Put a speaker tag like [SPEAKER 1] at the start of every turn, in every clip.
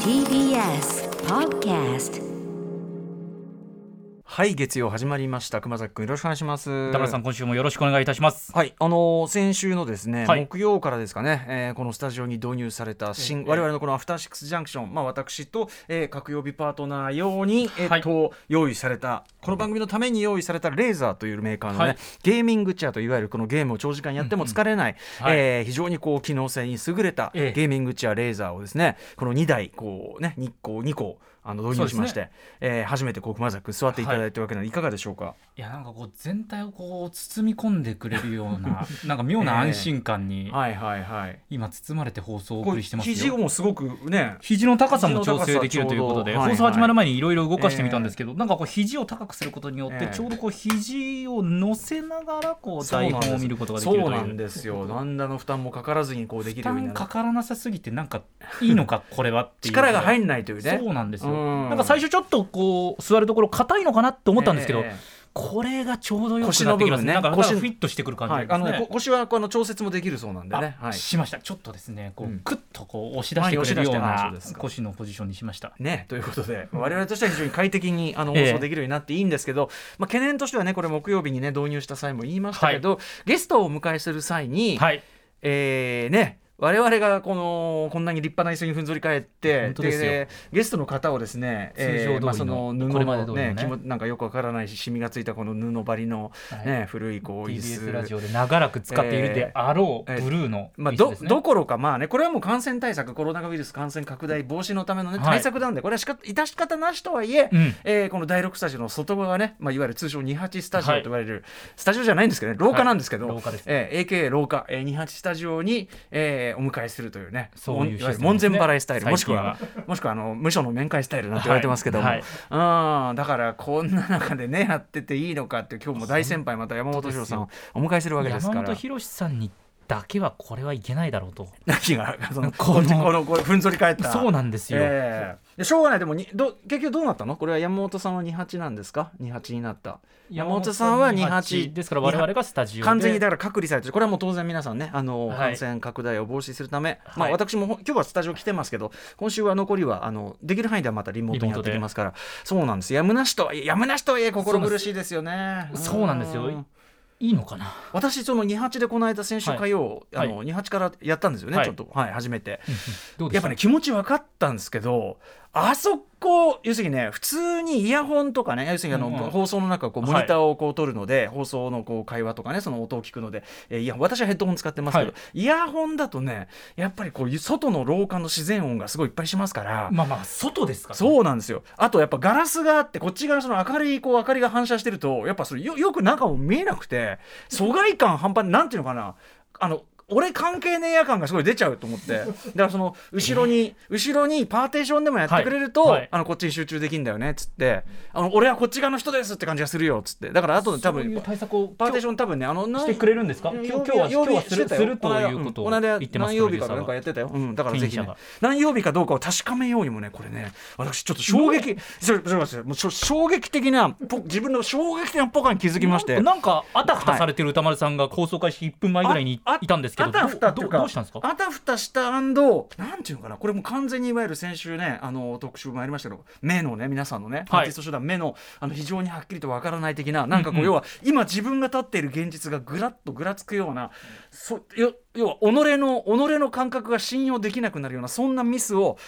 [SPEAKER 1] TBS Podcast
[SPEAKER 2] はい月曜始まりました熊崎くんよろしくお願いします
[SPEAKER 3] 田村さん、今週もよろしくお願いいたします。
[SPEAKER 2] はいあのー先週のですね、
[SPEAKER 3] はい
[SPEAKER 2] 木曜からですかね、えーこのスタジオに導入された新、我々のこのアフターシックスジャンクションまあ私と、えー、各曜日パートナー用にえっと、用意されたこの番組のために用意されたレーザーというメーカーのね、
[SPEAKER 3] はい
[SPEAKER 2] ゲーミングチェアといわゆるこのゲームを長時間やっても疲れない、
[SPEAKER 3] うんはい
[SPEAKER 2] えー非常にこう機能性に優れたゲ
[SPEAKER 3] ええ
[SPEAKER 2] ーミングチェアレーザーをですねこの2台こうね日光2個あの導入しまして、
[SPEAKER 3] そ
[SPEAKER 2] えー初めてこう熊崎くん座っていただいたわけなので、いかがでしょうか
[SPEAKER 3] いや、なんかこう、全体をこう、包み込んでくれるよう な、なんか妙な安心感に、
[SPEAKER 2] はいはいはい。
[SPEAKER 3] 今、包まれて放送をお
[SPEAKER 2] こ
[SPEAKER 3] 送
[SPEAKER 2] う
[SPEAKER 3] りしてます
[SPEAKER 2] 肘
[SPEAKER 3] よ。
[SPEAKER 2] もすごくね。
[SPEAKER 3] 肘の高さも調整できるということ
[SPEAKER 2] 肘の高さちょうど
[SPEAKER 3] で、
[SPEAKER 2] はい
[SPEAKER 3] 放送
[SPEAKER 2] はい
[SPEAKER 3] 始まる前にいろいろ動かしてみたんですけど、なんかこう肘を高くすることによって、
[SPEAKER 2] ええ
[SPEAKER 3] ちょうどこう肘を乗せながらこう台本を見ることができるという。
[SPEAKER 2] そうなんですよ。何らの負担もかからずにこうでき
[SPEAKER 3] 負
[SPEAKER 2] るように
[SPEAKER 3] 担
[SPEAKER 2] な
[SPEAKER 3] か
[SPEAKER 2] る。
[SPEAKER 3] からなさすぎてなんかいいのかこれはっていう
[SPEAKER 2] 力が入んないというね。
[SPEAKER 3] そうなんですよ、
[SPEAKER 2] うん
[SPEAKER 3] なんか最初ちょっとこう座るところ硬いのかなって思ったんですけど、
[SPEAKER 2] え
[SPEAKER 3] これがちょうどよくなってきま
[SPEAKER 2] 腰の部
[SPEAKER 3] すね
[SPEAKER 2] 分ね
[SPEAKER 3] なんか
[SPEAKER 2] 腰
[SPEAKER 3] フィットしてくる
[SPEAKER 2] え
[SPEAKER 3] 感じ
[SPEAKER 2] は
[SPEAKER 3] ないん。で
[SPEAKER 2] あ
[SPEAKER 3] すね、
[SPEAKER 2] のこ腰はこの調節もできるそうなんでね。
[SPEAKER 3] あ
[SPEAKER 2] はい。
[SPEAKER 3] しましたちょっとですねこう、
[SPEAKER 2] うん
[SPEAKER 3] クッとこう押し出してくれるよう
[SPEAKER 2] 前に押し
[SPEAKER 3] な
[SPEAKER 2] 出してない
[SPEAKER 3] 腰のポジションにしました
[SPEAKER 2] ね、ということで我々としては非常に快適にあの放
[SPEAKER 3] ええ
[SPEAKER 2] 送できるようになっていいんですけど、まあ、懸念としてはねこれ木曜日にね導入した際も言いましたけど、ゲストをお迎えする際に、
[SPEAKER 3] はい
[SPEAKER 2] えーね我々がこのこんなに立派な椅子にふんぞり返って
[SPEAKER 3] 本当ですよ
[SPEAKER 2] ゲストの方をですね、
[SPEAKER 3] 通常通りの
[SPEAKER 2] まあ、その布
[SPEAKER 3] これまで
[SPEAKER 2] の
[SPEAKER 3] 通りの
[SPEAKER 2] ね
[SPEAKER 3] ね
[SPEAKER 2] 気もなんかよくわからないしシミがついたこの布張りの、ね
[SPEAKER 3] は
[SPEAKER 2] 古いこう椅
[SPEAKER 3] TBS ラジ
[SPEAKER 2] 子
[SPEAKER 3] オで長らく使っているであろう、
[SPEAKER 2] えーえー
[SPEAKER 3] ブルーの
[SPEAKER 2] まあ、
[SPEAKER 3] 椅子
[SPEAKER 2] ど
[SPEAKER 3] ですね、
[SPEAKER 2] どころか、まあね、これはもう感染対策、コロナウイルス感染拡大防止のための、ね、
[SPEAKER 3] はい
[SPEAKER 2] 対策なんで、これはしか致し方なしとはいえ、
[SPEAKER 3] うん
[SPEAKER 2] えーこの第6スタジオの外側ね、まあ、いわゆる通称28スタジオと
[SPEAKER 3] はい
[SPEAKER 2] 言われる、スタジオじゃないんですけどね、廊下なんですけど、
[SPEAKER 3] はい廊下です
[SPEAKER 2] えー AKA 廊下、えー、28スタジオに、えーお迎えするというね、
[SPEAKER 3] そういうシステムですね
[SPEAKER 2] もん門前払いスタイル、も
[SPEAKER 3] 最
[SPEAKER 2] しく
[SPEAKER 3] 近は
[SPEAKER 2] はもしくはあの無所の面会スタイルなんて言われてますけども、
[SPEAKER 3] はい
[SPEAKER 2] うんだからこんな中でね、やってていいのかって、今日も大先輩、また山本博さんをお迎えするわけです
[SPEAKER 3] 山
[SPEAKER 2] から。
[SPEAKER 3] 本博さんにだけはこれはいけないだろうと
[SPEAKER 2] 何がそのこの
[SPEAKER 3] この
[SPEAKER 2] このこれふんぞり返った
[SPEAKER 3] そうなんですよ
[SPEAKER 2] ええでしょうがないでもにど結局どうなったのこれは山本さんは28なんですか28になった山本さんは28
[SPEAKER 3] ですから我々がスタジオで
[SPEAKER 2] 完全にだから隔離されてるこれはもう当然皆さんねあの、
[SPEAKER 3] はい
[SPEAKER 2] 感染拡大を防止するため、まあ、
[SPEAKER 3] はい
[SPEAKER 2] 私もほ今日はスタジオ来てますけど今週は残りはあのできる範囲ではまたリモートにやってきますからそうなんですやむなしとはいえやむなしとはいえ心苦しいですよね
[SPEAKER 3] そうなんですよ
[SPEAKER 2] ん
[SPEAKER 3] いいのかな
[SPEAKER 2] 私その28でこの間先週火曜、
[SPEAKER 3] は
[SPEAKER 2] あ
[SPEAKER 3] い
[SPEAKER 2] の28からやったんですよね、
[SPEAKER 3] はい
[SPEAKER 2] ちょっとはい初めて、
[SPEAKER 3] どうで
[SPEAKER 2] や
[SPEAKER 3] し
[SPEAKER 2] ったぱね気持ち分かったんですけどあそこ要するにね普通にイヤホンとかね要するにあの、
[SPEAKER 3] うんうん
[SPEAKER 2] 放送の中こう
[SPEAKER 3] はい
[SPEAKER 2] モニターをこう撮るので、放送のこう会話とかねその音を聞くので、えーいや私はヘッドホン使ってますけど、
[SPEAKER 3] は
[SPEAKER 2] イヤホンだとねやっぱりこう外の廊下の自然音がすごいいっぱいしますから。
[SPEAKER 3] まあまあ外ですからね、
[SPEAKER 2] そうなんですよあとやっぱガラスがあってこっち側その明るいこう明かりが反射してるとやっぱそれよよく中も見えなくて疎外感半端になんていうのかなあの俺関係ねえや感がすごい出ちゃうと思ってだからその後ろに、後ろにパーテーションでもやってくれると、
[SPEAKER 3] はいはい
[SPEAKER 2] あのこっちに集中できんだよねっつってあの俺はこっち側の人ですって感じがするよっつってだからあとで多
[SPEAKER 3] そうい
[SPEAKER 2] 分
[SPEAKER 3] う対策を
[SPEAKER 2] パーテーション多分ねあのな
[SPEAKER 3] 今日
[SPEAKER 2] ん
[SPEAKER 3] してくれるんですか今日今日は今日はするするということを
[SPEAKER 2] この間
[SPEAKER 3] 言ってま
[SPEAKER 2] 何
[SPEAKER 3] す
[SPEAKER 2] 曜日からなんかやってたよ、うん、だからぜひ、ね
[SPEAKER 3] 権威者が、
[SPEAKER 2] 何曜日かどうかを確かめようにもねこれね私ちょっと衝撃そうそうそうもうしょ衝撃的なポ自分の衝撃的なポカに気づきまして
[SPEAKER 3] なんかあたふたされてる歌丸さんが構想開始1分前ぐらいに
[SPEAKER 2] あ
[SPEAKER 3] いたんですけど
[SPEAKER 2] あたふたってい
[SPEAKER 3] ど
[SPEAKER 2] う
[SPEAKER 3] う
[SPEAKER 2] か
[SPEAKER 3] どうしたんですか
[SPEAKER 2] あたふたしたアンドなんていうのかなこれもう完全にいわゆる先週ねあの特集もありましたけど目のね皆さんのね、アーティスト集団目のあの非常にはっきりとわからない的ななんかこう、
[SPEAKER 3] うんうん
[SPEAKER 2] 要は今自分が立っている現実がぐらっとぐらつくようなそよ要は己の己の感覚が信用できなくなるようなそんなミスを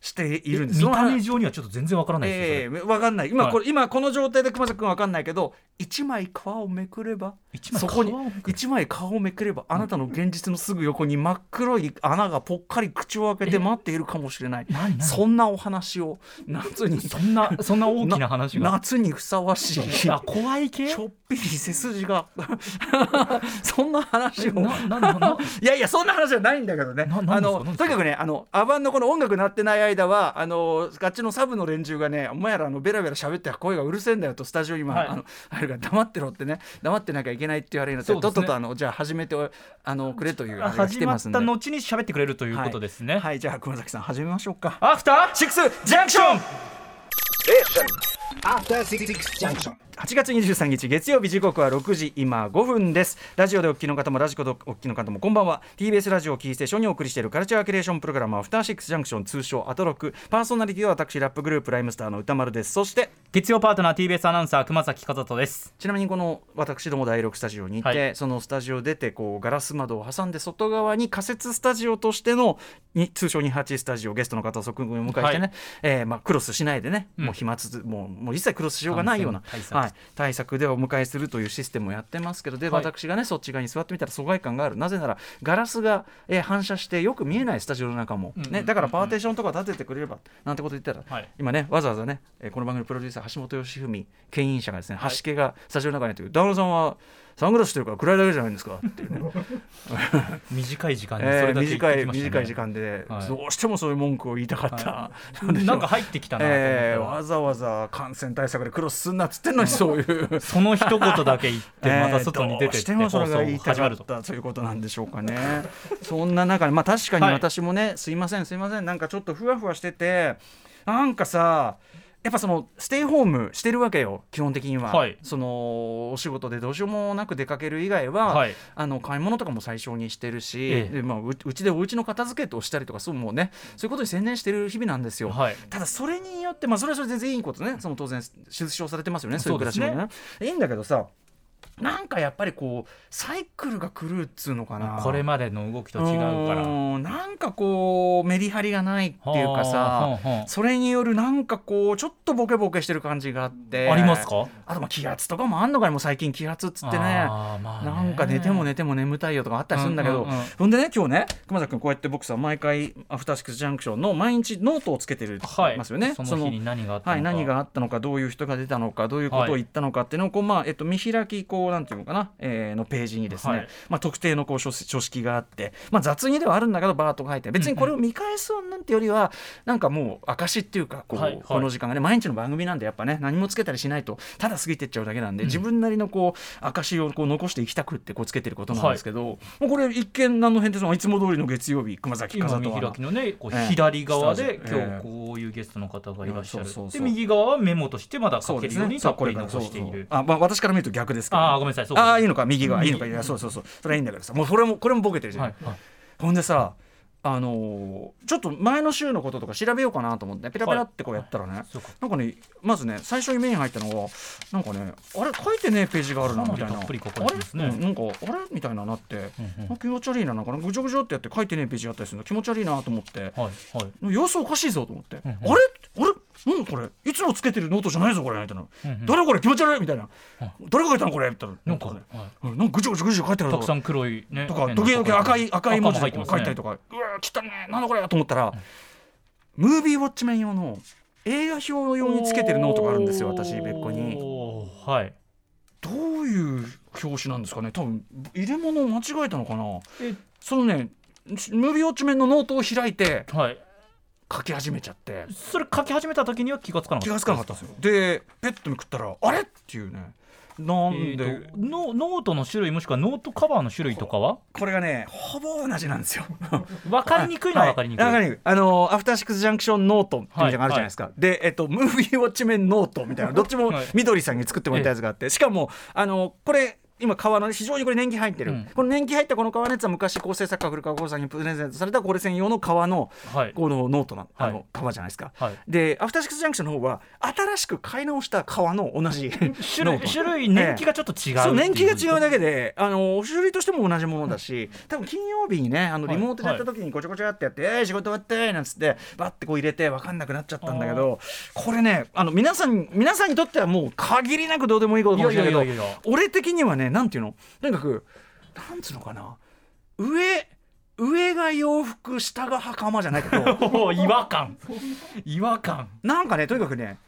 [SPEAKER 2] しているんです
[SPEAKER 3] 見
[SPEAKER 2] その
[SPEAKER 3] た目上にはちょっと全然わからないですよ、
[SPEAKER 2] え
[SPEAKER 3] そ
[SPEAKER 2] え
[SPEAKER 3] れ
[SPEAKER 2] わかんない今,、
[SPEAKER 3] はい
[SPEAKER 2] これ今この状態で熊崎君わかんないけど一枚皮をめくれば
[SPEAKER 3] 一枚
[SPEAKER 2] そこに
[SPEAKER 3] 皮をめくれば
[SPEAKER 2] 一枚皮をめくればあなたの現実のすぐ横に真っ黒い穴がぽっかり口を開けて待っているかもしれない
[SPEAKER 3] 何何
[SPEAKER 2] そんなお話を夏に
[SPEAKER 3] そんなそんな大きな話が
[SPEAKER 2] 夏にふさわしい
[SPEAKER 3] あ 怖い系
[SPEAKER 2] ちょっぴり背筋が そんな話を
[SPEAKER 3] ななない
[SPEAKER 2] やいやそんな話じゃないんだけどね
[SPEAKER 3] な
[SPEAKER 2] あ
[SPEAKER 3] なんですか
[SPEAKER 2] の
[SPEAKER 3] なんです
[SPEAKER 2] と
[SPEAKER 3] か
[SPEAKER 2] にかくねあのアバンのこの音楽鳴ってない間はあのガチのサブの連中がねお前らあのベラベラ喋って声がうるせえんだよとスタジオに今、
[SPEAKER 3] はい
[SPEAKER 2] あのあるから黙ってろってね黙ってなきゃいけないって言われるので
[SPEAKER 3] そうです
[SPEAKER 2] と
[SPEAKER 3] ね
[SPEAKER 2] っととあのじゃあ始めてあのくれと いうあれが来
[SPEAKER 3] 始
[SPEAKER 2] て
[SPEAKER 3] ま
[SPEAKER 2] ま
[SPEAKER 3] っ
[SPEAKER 2] すんで
[SPEAKER 3] た後に喋ってくれるということですね、
[SPEAKER 2] はい、はい、じゃあ熊崎さん始めましょうか
[SPEAKER 3] アフター
[SPEAKER 2] シックスジャンクション
[SPEAKER 1] After Six Junction.
[SPEAKER 2] 8月23日月曜日時刻は6時今5分ですラジオでお聞きの方もラジコでお聞きの方もこんばんは TBS ラジオをキーステーションにお送りしているカルチャーキュレーションプログラムアフターシックスジャンクション通称アトロクパーソナリティは私ラップグループライムスターの歌丸ですそして
[SPEAKER 3] 月曜パートナー TBS アナウンサー熊崎和人です
[SPEAKER 2] ちなみにこの私ども第6スタジオにいて、
[SPEAKER 3] は
[SPEAKER 2] そのスタジオ出てこうガラス窓を挟んで外側に仮設スタジオとしてのに通称28スタジオゲストの方を即軍を迎えてね、
[SPEAKER 3] はい
[SPEAKER 2] えーまあ、クロスしないでね、
[SPEAKER 3] うん
[SPEAKER 2] もう飛沫もうもう一切クロスしようがないような
[SPEAKER 3] 感染対策
[SPEAKER 2] はい、対策でお迎えするというシステムをやってますけどで、
[SPEAKER 3] はい
[SPEAKER 2] 私がねそっち側に座ってみたら疎外感があるなぜならガラスが、えー反射してよく見えないスタジオの中も、
[SPEAKER 3] うんうんうんう
[SPEAKER 2] ね、
[SPEAKER 3] ん
[SPEAKER 2] だからパーテーションとか立ててくれればなんてこと言ったら、
[SPEAKER 3] はい
[SPEAKER 2] 今ねわざわざね、えーこの番組のプロデューサー橋本良文牽引者がですね橋家がスタジオの中にいるという「旦那さんはサングラスしてるから暗いだけじゃないんです か」っていうね
[SPEAKER 3] 短い時間にそ
[SPEAKER 2] え
[SPEAKER 3] れ
[SPEAKER 2] ー
[SPEAKER 3] だけ言っ
[SPEAKER 2] 短
[SPEAKER 3] て
[SPEAKER 2] い
[SPEAKER 3] きましたね
[SPEAKER 2] 短い時間で、
[SPEAKER 3] はい
[SPEAKER 2] どうしてもそういう文句を言いたかった、でしょう
[SPEAKER 3] なんか入ってきたなと思ったら
[SPEAKER 2] えーわざわざ感染対策でクロスすんなっつってんのにそういう。
[SPEAKER 3] その一言だけ 言ってまた外に出
[SPEAKER 2] えーどう
[SPEAKER 3] てっ
[SPEAKER 2] して
[SPEAKER 3] て
[SPEAKER 2] も
[SPEAKER 3] 放
[SPEAKER 2] それ
[SPEAKER 3] 送
[SPEAKER 2] が言いた
[SPEAKER 3] 始
[SPEAKER 2] か
[SPEAKER 3] まると
[SPEAKER 2] ったということなんでしょうかね そんな中でまあ確かに
[SPEAKER 3] はい
[SPEAKER 2] 私もね、すいませんすいませんなんかちょっとふわふわしててなんかさやっぱそのステイホームしてるわけよ基本的には、
[SPEAKER 3] はい
[SPEAKER 2] そのお仕事でどうしようもなく出かける以外は、
[SPEAKER 3] はい
[SPEAKER 2] あの買い物とかも最小にしてるし、
[SPEAKER 3] ええ
[SPEAKER 2] でまあ、ううちでお家の片付けをしたりとかそうもうねそういうことに専念してる日々なんですよ、
[SPEAKER 3] はい
[SPEAKER 2] ただそれによって、まあ、それはそれで全然いいことねその当然出生されてますよねそういう暮らしも
[SPEAKER 3] そう
[SPEAKER 2] ねいいんだけどさなんかやっぱりこうサイクルが狂うっつうのかな
[SPEAKER 3] これまでの動きと違うから
[SPEAKER 2] う
[SPEAKER 3] っ
[SPEAKER 2] ーんなんかこうメリハリがないっていうかさそれによるなんかこうちょっとボケボケしてる感じがあって
[SPEAKER 3] ありますか
[SPEAKER 2] あとまあ気圧とかもあんのかねもう最近気圧っつってね
[SPEAKER 3] あーまあね
[SPEAKER 2] なんか寝ても寝ても眠たいよとかあったりするんだけど、
[SPEAKER 3] うんうんうん
[SPEAKER 2] ほんでね今日ね熊崎君こうやって僕さ毎回「アフターシックス・ジャンクション」の毎日ノートをつけてる、
[SPEAKER 3] はい
[SPEAKER 2] ますよね。
[SPEAKER 3] その日に何があったのか
[SPEAKER 2] はい、何があったのかどういう人が出たのかどういうことを言ったのかっていうのをこう、まあえっと、見開きこうなんていうのかな、えーのページにですね、
[SPEAKER 3] はい
[SPEAKER 2] まあ、特定のこう書書式があって、まあ、雑にではあるんだけどバーッと書いて別にこれを見返すなんてよりはなんかもう証っていうかこう、
[SPEAKER 3] はいはい
[SPEAKER 2] この時間がね毎日の番組なんでやっぱね何もつけたりしないとただ過ぎてっちゃうだけなんで、自分なりのこう証をこう残していきたくってこうつけてることなんですけど、もうこれ一見何の変哲もないいつも通りの月曜日熊崎
[SPEAKER 3] 今
[SPEAKER 2] 風
[SPEAKER 3] 見
[SPEAKER 2] と
[SPEAKER 3] 開
[SPEAKER 2] は
[SPEAKER 3] き。のねこう
[SPEAKER 2] ええ
[SPEAKER 3] 左側で
[SPEAKER 2] スタジオ
[SPEAKER 3] 今
[SPEAKER 2] ええ
[SPEAKER 3] 日こういうゲストの方がいらっしゃ
[SPEAKER 2] うんそうそう
[SPEAKER 3] る
[SPEAKER 2] そ
[SPEAKER 3] で
[SPEAKER 2] う
[SPEAKER 3] 右側はメモとしてまだ書
[SPEAKER 2] そう
[SPEAKER 3] け
[SPEAKER 2] で
[SPEAKER 3] る
[SPEAKER 2] す
[SPEAKER 3] よう
[SPEAKER 2] ね。
[SPEAKER 3] に
[SPEAKER 2] そ
[SPEAKER 3] た
[SPEAKER 2] う
[SPEAKER 3] っ
[SPEAKER 2] こ
[SPEAKER 3] ぷ
[SPEAKER 2] れ
[SPEAKER 3] り
[SPEAKER 2] から
[SPEAKER 3] 残してい
[SPEAKER 2] そうそう
[SPEAKER 3] る
[SPEAKER 2] あ、まあ私から見ると逆ですけど。
[SPEAKER 3] あーごめんなさいそうか
[SPEAKER 2] ああいいのか右がいいのかい
[SPEAKER 3] 右
[SPEAKER 2] やそうそうそうそれはいいんだけどさもうそれもこれもボケてるじゃん、
[SPEAKER 3] はいはい
[SPEAKER 2] ほんでさあのーちょっと前の週のこととか調べようかなと思ってペラペラってこうやったらね、
[SPEAKER 3] そうか
[SPEAKER 2] なんかねまずね最初に目に入ったのがなんかねあれ書いてねえページがあるなみたいな
[SPEAKER 3] かなりたっぷり書かれてますね
[SPEAKER 2] あれうんなんかあれみたいななって、なんか気持ち悪いななんかねぐちょぐちょってやって書いてねえページがあったりするの気持ち悪いなと思って、
[SPEAKER 3] はいはい
[SPEAKER 2] 様子おかしいぞと思って、
[SPEAKER 3] うんうん
[SPEAKER 2] あれあれ何これいつもつけてるノートじゃないぞこれみたいな、
[SPEAKER 3] うんうん
[SPEAKER 2] 誰これ気持ち悪いみたいな、誰が書いたのこれみたいな
[SPEAKER 3] なんか
[SPEAKER 2] ね
[SPEAKER 3] はい
[SPEAKER 2] うんなんかぐちょぐちょぐちょ書いてある
[SPEAKER 3] たくさ
[SPEAKER 2] ぞ
[SPEAKER 3] ん黒いね
[SPEAKER 2] とか
[SPEAKER 3] ペンの
[SPEAKER 2] 時々赤い赤い文字
[SPEAKER 3] も入
[SPEAKER 2] で
[SPEAKER 3] っ
[SPEAKER 2] こ
[SPEAKER 3] てま
[SPEAKER 2] う
[SPEAKER 3] す
[SPEAKER 2] 書
[SPEAKER 3] ね
[SPEAKER 2] いたりとか、うわ汚ねえなんだこれと思ったらムービーウォッチメン用の映画表用につけてるノートがあるんですよ私別個に
[SPEAKER 3] おーはい
[SPEAKER 2] どういう表紙なんですかね多分入れ物を間違えたのかな
[SPEAKER 3] え
[SPEAKER 2] そのねムービーウォッチメンのノートを開いて
[SPEAKER 3] はい
[SPEAKER 2] 書き始めちゃって
[SPEAKER 3] それ書き始めた時には気がつかなかっ
[SPEAKER 2] 気
[SPEAKER 3] た
[SPEAKER 2] がつかなかったんですよでペットに食ったらあれっていうねなんで、
[SPEAKER 3] えーとノノートの種類もしくはノートカバーの種類とかは
[SPEAKER 2] これがねほぼ同じなんですよ
[SPEAKER 3] 分かりにくいのは分かりにくい、
[SPEAKER 2] はいわあのーアフターシックスジャンクションノートみたいなのがあるじゃないですか、で、えっと、ムービーウォッチメンノートみたい などっちも
[SPEAKER 3] はい
[SPEAKER 2] みどりさんに作ってもらったやつがあってしかもあのーこれ今革の非常にこれ年季入ってる、
[SPEAKER 3] うん
[SPEAKER 2] この年季入ったこの革のやつは昔構成作家古川剛さんにプレゼントされたこれ専用の革の
[SPEAKER 3] はい
[SPEAKER 2] このノートなの,、あ
[SPEAKER 3] は
[SPEAKER 2] の
[SPEAKER 3] い
[SPEAKER 2] 革じゃないですか、
[SPEAKER 3] はい
[SPEAKER 2] でアフターシックスジャンクションの方は新しく買い直した革の同じ
[SPEAKER 3] 種
[SPEAKER 2] ノー
[SPEAKER 3] 類
[SPEAKER 2] ト
[SPEAKER 3] 種類年季がちょっと違う
[SPEAKER 2] そう年季が
[SPEAKER 3] う
[SPEAKER 2] 違うだけであの種類としても同じものだし多分金曜日にねあの
[SPEAKER 3] はい
[SPEAKER 2] リモートでやった時にごちゃごちゃってやって「えー仕事終わって」なんつってバッてこう入れて分かんなくなっちゃったんだけどこれねあの皆さん皆さんにとってはもう限りなくどうでもいいことかもしれないけど
[SPEAKER 3] いやいやいやいや
[SPEAKER 2] 俺的にはねなんていうのとにかくなんつうのかな上上が洋服下が袴じゃないけ ど
[SPEAKER 3] おー違 和感違和感
[SPEAKER 2] なんかねとにかくね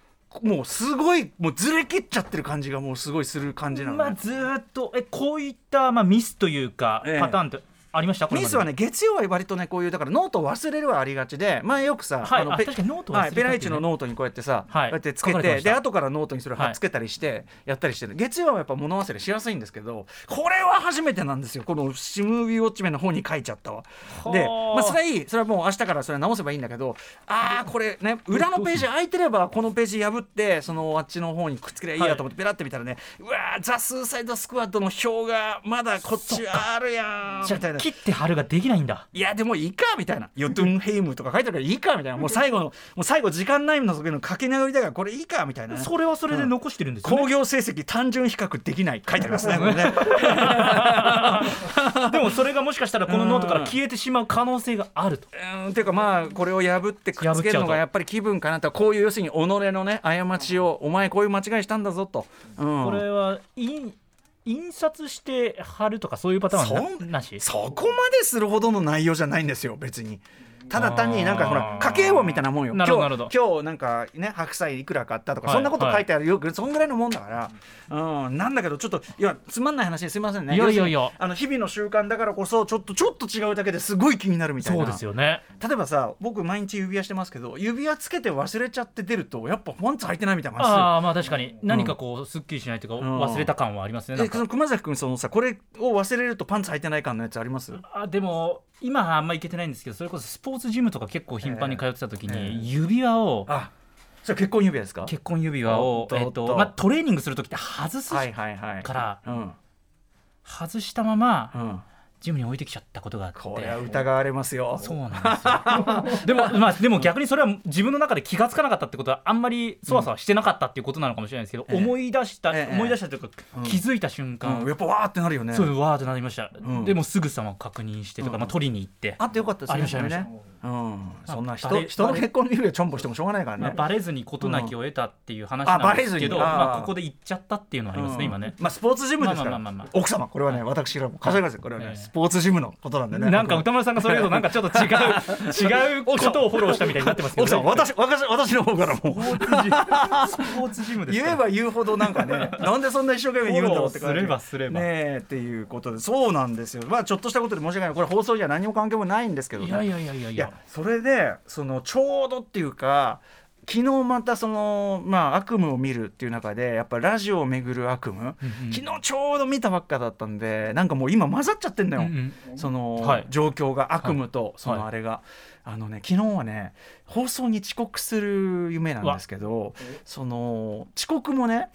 [SPEAKER 2] もうすごいもうずれ切っちゃってる感じがもうすごいする感じなの、ね
[SPEAKER 3] まあずーっとえこういったまあミスというか
[SPEAKER 2] ええ
[SPEAKER 3] パターンってありましたこれま
[SPEAKER 2] ミ
[SPEAKER 3] で
[SPEAKER 2] スはね月曜は割とねこういうだからノートを忘れるはありがちで前よくさ、
[SPEAKER 3] はい
[SPEAKER 2] あの
[SPEAKER 3] あ
[SPEAKER 2] ペ
[SPEAKER 3] 確かにノート忘れた
[SPEAKER 2] は
[SPEAKER 3] っていうね
[SPEAKER 2] い、ペナイチのノートにこうやってさ、
[SPEAKER 3] は
[SPEAKER 2] こう
[SPEAKER 3] い
[SPEAKER 2] やってつけ
[SPEAKER 3] 書か
[SPEAKER 2] て
[SPEAKER 3] れてました
[SPEAKER 2] で後からノートにそれを
[SPEAKER 3] はい
[SPEAKER 2] つけたりしてやったりしてる、月曜はやっぱ物忘れしやすいんですけどこれは初めてなんですよこの「シムービーウォッチメン」の方に書いちゃったわ
[SPEAKER 3] はあ
[SPEAKER 2] で、まあ、それはいいそれはもう明日からそれは直せばいいんだけどああこれね裏のページ空いてればこのページ破ってそのあっちの方にくっつけりゃいいやと思ってペラって見たらね、うわーザ・スーサイド・スクワッドの表がまだこっちあるやん
[SPEAKER 3] じ
[SPEAKER 2] み
[SPEAKER 3] ゃ
[SPEAKER 2] たい
[SPEAKER 3] あ
[SPEAKER 2] な
[SPEAKER 3] 切って貼るができないんだ
[SPEAKER 2] いやでもいいかみたいな「ヨトゥンヘイム」とか書いてあるからいいかみたいなもう最後のもう最後時間ないの時の駆け殴りだからこれいいかみたいなね、
[SPEAKER 3] それはそれで残してるんですよね
[SPEAKER 2] 工業成績単純比較できない書いてあります ねこれね
[SPEAKER 3] でもそれがもしかしたらこのノートから消えてしまう可能性があると
[SPEAKER 2] うーんていうかまあこれを破ってくっつけるの
[SPEAKER 3] 破っちゃうと
[SPEAKER 2] がやっぱり気分かなとこういう要するに己のね過ちをお前こういう間違いしたんだぞと、うん、
[SPEAKER 3] これは印印刷して貼るとかそういうパターンは
[SPEAKER 2] そ
[SPEAKER 3] ななし
[SPEAKER 2] そこまでするほどの内容じゃないんですよ別に。ただ単になんかほら家計簿みたいなもんよ
[SPEAKER 3] な
[SPEAKER 2] 今
[SPEAKER 3] るほど
[SPEAKER 2] 日
[SPEAKER 3] なる
[SPEAKER 2] 今日なんかね白菜いくら買ったとか、
[SPEAKER 3] はい
[SPEAKER 2] そんなこと書いてあるよくそんぐらいのもんだから、うん、なんだけどちょっといやつまんない話ですいませんね
[SPEAKER 3] いやいやいや
[SPEAKER 2] 要するにあの日々の習慣だからこそちょっとちょっと違うだけですごい気になるみたいな
[SPEAKER 3] そうですよね
[SPEAKER 2] 例えばさ僕毎日指輪してますけど指輪つけて忘れちゃって出るとやっぱパンツ履いてないみたいな感じする
[SPEAKER 3] ああまあ確かに何かこうすっきりしないというか
[SPEAKER 2] ん
[SPEAKER 3] 忘れた感はありますねなん
[SPEAKER 2] え
[SPEAKER 3] か
[SPEAKER 2] その熊崎君そのさこれを忘れるとパンツ履いてない感のやつあります
[SPEAKER 3] あでも今はあんま行けてないんですけどそれこそスポーツジムとか結構頻繁に通ってた時に、
[SPEAKER 2] ええ
[SPEAKER 3] 指輪を
[SPEAKER 2] あそれ結婚指輪ですか
[SPEAKER 3] 結婚指輪
[SPEAKER 2] お
[SPEAKER 3] を
[SPEAKER 2] っ、と
[SPEAKER 3] え
[SPEAKER 2] お
[SPEAKER 3] っ
[SPEAKER 2] っと
[SPEAKER 3] とまあ、トレーニングする時って外す、
[SPEAKER 2] はいはいはい
[SPEAKER 3] から
[SPEAKER 2] うん
[SPEAKER 3] 外したまま
[SPEAKER 2] うん
[SPEAKER 3] ジムに置いてきちゃったことがあって
[SPEAKER 2] これは疑われますよ
[SPEAKER 3] そうなんですよ でも、まあ、でも逆にそれは自分の中で気が付かなかったってことはあんまりそわそわしてなかったっていうことなのかもしれないですけど、
[SPEAKER 2] ええ
[SPEAKER 3] 思い出した、
[SPEAKER 2] ええ
[SPEAKER 3] 思い出したというか、
[SPEAKER 2] うん
[SPEAKER 3] 気づいた瞬間、
[SPEAKER 2] うん、やっぱわーってなるよね
[SPEAKER 3] そうわーってなりました、
[SPEAKER 2] うん
[SPEAKER 3] でもすぐさま確認してとか、まあ、取りに行って、
[SPEAKER 2] あってよかったですね
[SPEAKER 3] ありました
[SPEAKER 2] それね
[SPEAKER 3] あり
[SPEAKER 2] うんそんな
[SPEAKER 3] バ
[SPEAKER 2] 人
[SPEAKER 3] レ
[SPEAKER 2] 人の結婚指輪ちょんぼしてもしょうがないからね、
[SPEAKER 3] まあ、バレずに事なきを得たっていう話
[SPEAKER 2] うんあ
[SPEAKER 3] なんですけど、
[SPEAKER 2] バレずに
[SPEAKER 3] ま
[SPEAKER 2] あー
[SPEAKER 3] あ、ここで行っちゃったっていうのはありますね、
[SPEAKER 2] うん
[SPEAKER 3] 今ね。
[SPEAKER 2] まあ、スポーツジムですから、
[SPEAKER 3] まあまあまあまあ
[SPEAKER 2] 奥様これはね私がもう貸してくださいこれはね、
[SPEAKER 3] ええ
[SPEAKER 2] スポーツジムのことなんでね
[SPEAKER 3] なんか歌丸さんがそれ言うとなんかちょっと違う違うことをフォローしたみたいになってますけ
[SPEAKER 2] 奥
[SPEAKER 3] ど
[SPEAKER 2] 様
[SPEAKER 3] ね、
[SPEAKER 2] 私私私の方からもう
[SPEAKER 3] スポーツジムです
[SPEAKER 2] 言
[SPEAKER 3] から
[SPEAKER 2] えば言うほどなんか ねなんでそんな一生懸命言うんだろうって感じ
[SPEAKER 3] フォローすればすれば
[SPEAKER 2] ねえっていうことでそうなんですよまあちょっとしたことで申し訳ないこれ放送には何も関係もないんですけどね
[SPEAKER 3] いやいやいやいやい
[SPEAKER 2] い
[SPEAKER 3] や
[SPEAKER 2] やそれでそのちょうどっていうか昨日またその、まあ、悪夢を見るっていう中でやっぱラジオを巡る悪夢、昨日ちょうど見たばっかだったんでなんかもう今混ざっちゃってんだよ、
[SPEAKER 3] うん
[SPEAKER 2] その、
[SPEAKER 3] はい
[SPEAKER 2] 状況が悪夢とそ
[SPEAKER 3] は
[SPEAKER 2] の
[SPEAKER 3] い
[SPEAKER 2] あれが、あのね昨日はね放送に遅刻する夢なんですけどその遅刻もね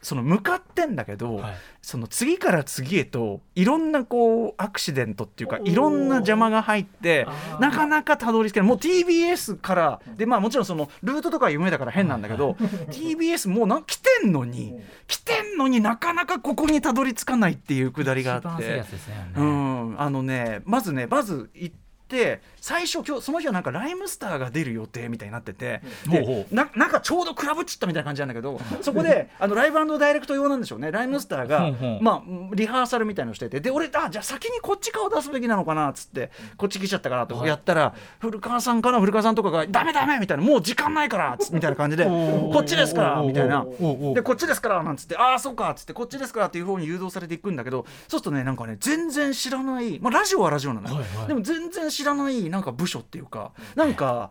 [SPEAKER 2] その向かってんだけど、
[SPEAKER 3] うんはい
[SPEAKER 2] その次から次へといろんなこうアクシデントっていうかいろんな邪魔が入って
[SPEAKER 3] あー
[SPEAKER 2] なかなかたどり着けないもう TBS からでまあもちろんそのルートとかは夢だから変なんだけど TBS もうな来てんのに来てんのになかなかここにたどり着かないっていうくだりが
[SPEAKER 3] 一
[SPEAKER 2] あっ
[SPEAKER 3] 番焦る
[SPEAKER 2] て
[SPEAKER 3] やつ。ですねあ
[SPEAKER 2] う
[SPEAKER 3] のね
[SPEAKER 2] ん、あのねまずねまず行って最初今日その日はなんかライムスターが出る予定みたいになってて、で
[SPEAKER 3] ほうほ
[SPEAKER 2] ななんかちょうどクラブっちったみたいな感じなんだけどそこであのライブダイレクト用なんでしょうねライムスターが
[SPEAKER 3] ほうほう
[SPEAKER 2] まあ、リハーサルみたいのしててで俺あじゃあ先にこっち顔出すべきなのかなっつってこっち来ちゃったからとやったら、古川さんかな古川さんとかが「ダメダメ」みたいな「もう時間ないから」つみたいな感じで「こっちですから」みたいな。でこっちですからなんつって「ああそうか」っつって「こっちですから」っていう方に誘導されていくんだけどそうするとねなんかね全然知らない、まあ、ラジオはラジオなのよ、でも全然知らないなんか部署っていうかなんか。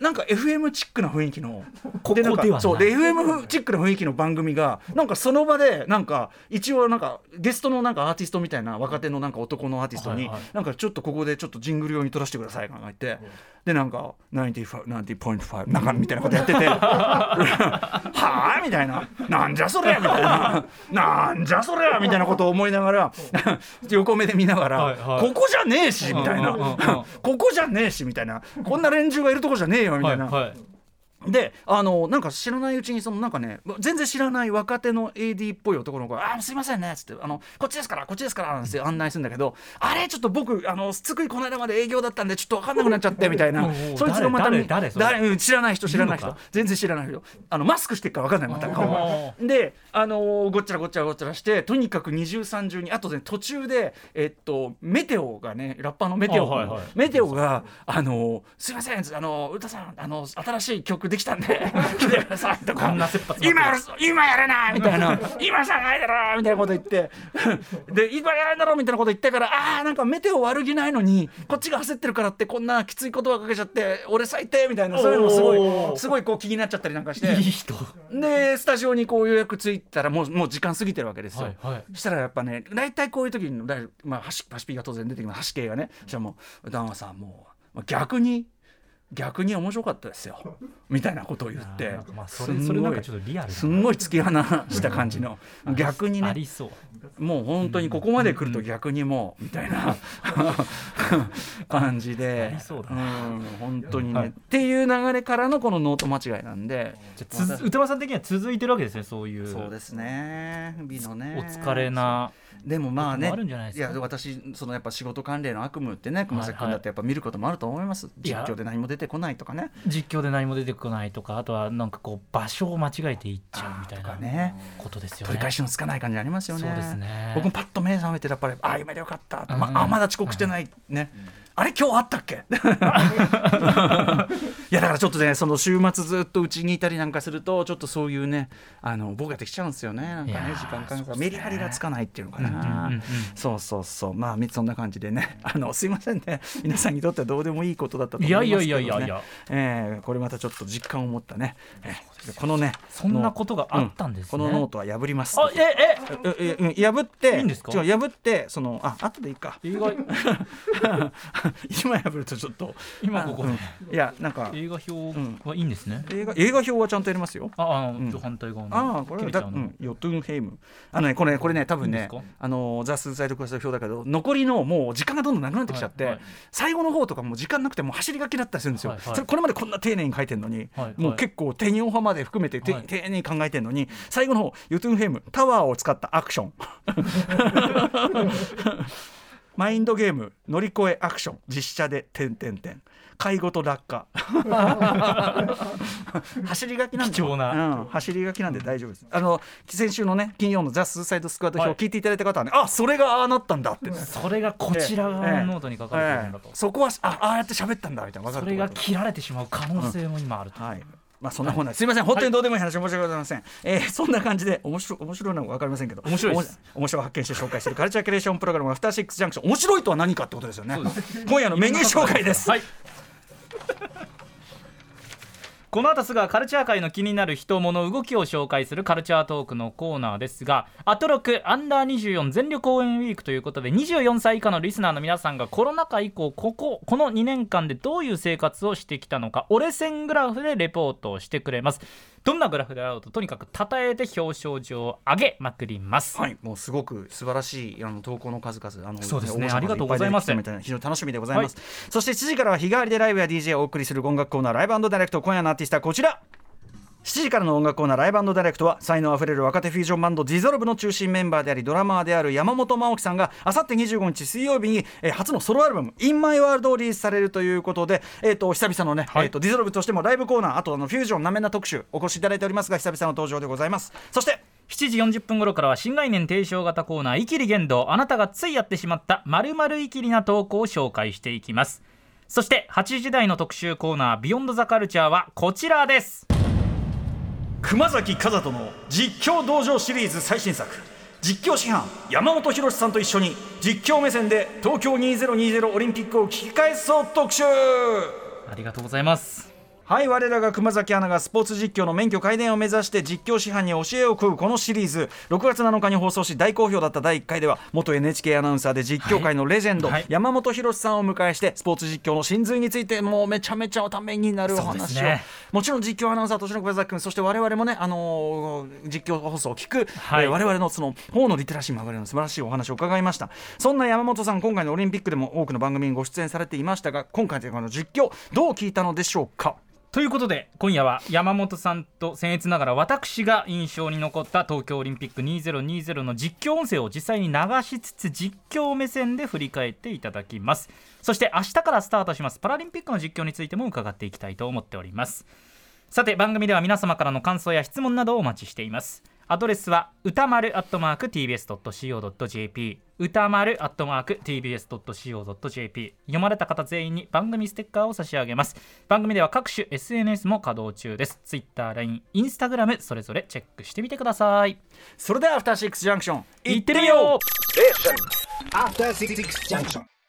[SPEAKER 2] なんか FM チックな雰囲気の
[SPEAKER 3] ここ
[SPEAKER 2] でなんか
[SPEAKER 3] ではない
[SPEAKER 2] そうで FM チックな雰囲気の番組がなんかその場でなんか一応なんかゲストのなんかアーティストみたいな若手のなんか男のアーティストに、
[SPEAKER 3] はいはい
[SPEAKER 2] なんかちょっとここでちょっとジングル用に撮らせてくださいとか言って、でなんか95 90.5中みたいなことやって てはあみたいななんじゃそれみたいななんじゃそれみたいなことを思いながら横目で見ながら、
[SPEAKER 3] はいはい
[SPEAKER 2] ここじゃねえしみたいな、
[SPEAKER 3] うんうんうんうん
[SPEAKER 2] ここじゃねえしみたいなこんな連中がいるとこじゃねえよみた
[SPEAKER 3] はいい
[SPEAKER 2] な。
[SPEAKER 3] はい
[SPEAKER 2] であのなんか知らないうちにそのなんかね全然知らない若手の AD っぽい男の子が「あすいませんね」っつってあの「こっちですからこっちですから」なんですよ案内するんだけど「あれちょっと僕あのつくいこの間まで営業だったんでちょっと分かんなくなっちゃっ て」みたい
[SPEAKER 3] おう
[SPEAKER 2] な
[SPEAKER 3] おう
[SPEAKER 2] そいつがまた
[SPEAKER 3] 誰誰誰それ
[SPEAKER 2] うん知らない人知らない
[SPEAKER 3] いる
[SPEAKER 2] 人
[SPEAKER 3] のか
[SPEAKER 2] 全然知らない人あのマスクしてるから分かんないまた顔が。で、あのーごっちゃらごっちゃらごっちゃらしてとにかく二重三重にあとね途中で、えっと、メテオがねラッパーのメテオが、
[SPEAKER 3] あはいはい
[SPEAKER 2] メテオが「あのーすいません、あのー、歌さん、あのー新しい曲できたん で来てくださいとか
[SPEAKER 3] こんな切羽詰
[SPEAKER 2] 今
[SPEAKER 3] ま
[SPEAKER 2] や
[SPEAKER 3] って
[SPEAKER 2] る今やるなみたいな今じゃないだろみたいなこと言って で今やるだろみたいなこと言ったからああなんか目手を悪気ないのにこっちが焦ってるからってこんなきつい言葉かけちゃって俺最低みたいなそういうのもすご
[SPEAKER 3] お
[SPEAKER 2] い
[SPEAKER 3] ー
[SPEAKER 2] すごいこう気になっちゃったりなんかして
[SPEAKER 3] いい人
[SPEAKER 2] でスタジオにこう予約ついたらもうもう時間過ぎてるわけですよ、
[SPEAKER 3] はいはい
[SPEAKER 2] そしたらやっぱね大体こういう時にだいまあ、ハシハシピーが当然出てきますハシ系がねじゃもう談話さんもうまあ逆に逆に面白かったですよみたいなことを言って
[SPEAKER 3] なんかまあそ
[SPEAKER 2] すん
[SPEAKER 3] れ
[SPEAKER 2] ごい
[SPEAKER 3] それなんかちょっとリアルだな
[SPEAKER 2] すんごい突き放した感じの逆に
[SPEAKER 3] あ
[SPEAKER 2] ね
[SPEAKER 3] りそう
[SPEAKER 2] もう本当にここまで来ると逆にもうみたいな感じで
[SPEAKER 3] ありそうだ
[SPEAKER 2] うん本当にねっていう流れからのこのノート間違いなんで
[SPEAKER 3] じゃあつ歌丸さん的には続いてるわけですねそういう
[SPEAKER 2] そうですね美のね
[SPEAKER 3] お疲れな
[SPEAKER 2] でもまあね
[SPEAKER 3] こともあるんじゃないですか
[SPEAKER 2] や私そのやっぱ仕事関連の悪夢ってね熊崎
[SPEAKER 3] は
[SPEAKER 2] 君
[SPEAKER 3] い
[SPEAKER 2] だ
[SPEAKER 3] はい
[SPEAKER 2] ってやっぱ見ることもあると思います、
[SPEAKER 3] いや
[SPEAKER 2] 実況で何も出てこないとかね
[SPEAKER 3] 実況で何も出てこないとかあとはなんかこう場所を間違えていっちゃうみたい
[SPEAKER 2] とか
[SPEAKER 3] な
[SPEAKER 2] ね
[SPEAKER 3] ことですよ
[SPEAKER 2] 取り
[SPEAKER 3] ね
[SPEAKER 2] 返しのつかない感じありますよね
[SPEAKER 3] そうですね
[SPEAKER 2] 僕もパッと目覚めてやっぱりああ夢でよかった、
[SPEAKER 3] うん
[SPEAKER 2] まあ、あまだ遅刻してないね、あれ今日あったっけ いやだからちょっとねその週末ずっとうちにいたりなんかするとちょっとそういうねあの僕ができちゃうんですよねなんか
[SPEAKER 3] い
[SPEAKER 2] ね
[SPEAKER 3] やー
[SPEAKER 2] 時間
[SPEAKER 3] そ
[SPEAKER 2] 間
[SPEAKER 3] う
[SPEAKER 2] が、
[SPEAKER 3] ですね
[SPEAKER 2] メリハリがつかないっていうのかな、
[SPEAKER 3] うんうんうん
[SPEAKER 2] そうそうそうまあみそんな感じでね あのすいませんね皆さんにとってはどうでもいいことだったと思いますけど、ね、
[SPEAKER 3] いやいやいやいやいや
[SPEAKER 2] えーこれまたちょっと実感を持ったね、えーこのね
[SPEAKER 3] そんなことがあったんですね
[SPEAKER 2] うこのノートは破ります
[SPEAKER 3] あええ
[SPEAKER 2] うううん破って
[SPEAKER 3] いいんですか
[SPEAKER 2] 違う破ってそのあ後でいいか
[SPEAKER 3] 映画
[SPEAKER 2] 今破るとちょっと
[SPEAKER 3] 今ここで
[SPEAKER 2] あうんいやなんか
[SPEAKER 3] 映画表はいいんですね、
[SPEAKER 2] 映画映画表はちゃんとやりますよ
[SPEAKER 3] ああの、
[SPEAKER 2] うん
[SPEAKER 3] 反対側の
[SPEAKER 2] ああこれは
[SPEAKER 3] 切
[SPEAKER 2] だ、
[SPEAKER 3] ちゃ
[SPEAKER 2] う
[SPEAKER 3] うの
[SPEAKER 2] ん、ヨトゥンヘイムあのねこれこれね多分
[SPEAKER 3] いいん
[SPEAKER 2] ね
[SPEAKER 3] ですか
[SPEAKER 2] あのザ・スーサイド・クラスの表だけど残りのもう時間がどんどんなくなってきちゃって、
[SPEAKER 3] はいはい
[SPEAKER 2] 最後の方とかもう時間なくてもう走り書きだったりするんですよ、
[SPEAKER 3] はいはい
[SPEAKER 2] それこれまでこんな丁寧に書いてるのに、
[SPEAKER 3] はいはい
[SPEAKER 2] もう結構手にオハまで含めてて、
[SPEAKER 3] はい
[SPEAKER 2] 丁寧に考えてるのに最後の方ヨトゥンヘイムタワーを使ったアクショ ンマインドゲーム乗り越えアクション実写で点点点介護と落 下走り書きなんで
[SPEAKER 3] 貴重な
[SPEAKER 2] うん、走り書きなんで大丈夫です。あの先週のね金曜のザ・スーサイド・スクワット表を聞いていただいた方はね、あそれがああなったんだって、
[SPEAKER 3] それがこちら側のノートに書かれてるんだと、
[SPEAKER 2] ええそこはあああやって喋ったんだみたいな分かる
[SPEAKER 3] そ
[SPEAKER 2] と
[SPEAKER 3] れ
[SPEAKER 2] 思う
[SPEAKER 3] が切られてしまう可能性も今あると、
[SPEAKER 2] はい。まあそんなこんなです、すいません本当にどうでもいい話申し訳ございません。えーそんな感じで面白面白いのか分かりませんけど
[SPEAKER 3] 面白いです
[SPEAKER 2] おも面白を発見して紹介するカルチャーキュレーションプログラムアフターシックスジャンクション面白いとは何かってことですよね。今夜のメニュー紹介です。
[SPEAKER 3] はいこの後すぐはカルチャー界の気になる人物動きを紹介するカルチャートークのコーナーですがアトロクアンダー24全力応援ウィークということで24歳以下のリスナーの皆さんがコロナ禍以降こここの2年間でどういう生活をしてきたのか折れ線グラフでレポートをしてくれますどんなグラフであろうととにかく称えて表彰状を上げまくります、
[SPEAKER 2] はい、もうすごく素晴らしいあの投稿の数々あの
[SPEAKER 3] そうです
[SPEAKER 2] 応
[SPEAKER 3] ね
[SPEAKER 2] 募者
[SPEAKER 3] ありがとうございます
[SPEAKER 2] がっぱ出てきたみたいな非常に楽しみでございます、そして7時からは日替わりでライブや DJ をお送りする音楽コーナーライブダイレクト今夜のアーティストはこちら7時からの音楽コーナーライブダイレクトは才能あふれる若手フュージョンバンドディゾルブの中心メンバーでありドラマーである山本真央輝さんがあさって25日水曜日に、えー初のソロアルバム「InMyWorld」をリリースされるということで、えー、と久々のね、えー、とディゾルブとしてもライブコーナーあとあのフュージョンなめんな特集お越しいただいておりますが久々の登場でございますそして
[SPEAKER 3] 7時40分頃からは新概念提唱型コーナー「イキリ言動」あなたがついやってしまった〇〇イキリな投稿を紹介していきますそして8時台の特集コーナー「ビヨンドザカルチャーはこちらです
[SPEAKER 2] 熊崎和人の実況道場シリーズ最新作実況師範山本博さんと一緒に実況目線で東京2020オリンピックを聞き返そう特集
[SPEAKER 3] ありがとうございます
[SPEAKER 2] はい我らが熊崎アナがスポーツ実況の免許改善を目指して実況師範に教えを請うこのシリーズ6月7日に放送し大好評だった第1回では元 NHK アナウンサーで実況界のレジェンド、
[SPEAKER 3] はいはい
[SPEAKER 2] 山本博さんをお迎えしてスポーツ実況の真髄についてもうめちゃめちゃおためになるお
[SPEAKER 3] そうで
[SPEAKER 2] 話
[SPEAKER 3] す
[SPEAKER 2] を、
[SPEAKER 3] ね
[SPEAKER 2] もちろん実況アナウンサーとしての熊崎君そして我々もね、あのー実況放送を聞く、
[SPEAKER 3] はい
[SPEAKER 2] えー我々のその方のリテラシーも上がるような素晴らしいお話を伺いましたそんな山本さん今回のオリンピックでも多くの番組にご出演されていましたが今回のこの実況どう聞いたのでしょうか
[SPEAKER 3] ということで今夜は山本さんと僭越ながら私が印象に残った東京オリンピック2020の実況音声を実際に流しつつ実況目線で振り返っていただきますそして明日からスタートしますパラリンピックの実況についても伺っていきたいと思っておりますさて番組では皆様からの感想や質問などをお待ちしていますアドレスは歌丸 @tbs.co.jp 歌丸 @tbs.co.jp 読まれた方全員に番組ステッカーを差し上げます番組では各種 SNS も稼働中です Twitter、LINE、Instagram それぞれチェックしてみてください
[SPEAKER 2] それではアフターシックスジャンクション
[SPEAKER 3] いってみよう
[SPEAKER 1] After Six Junction.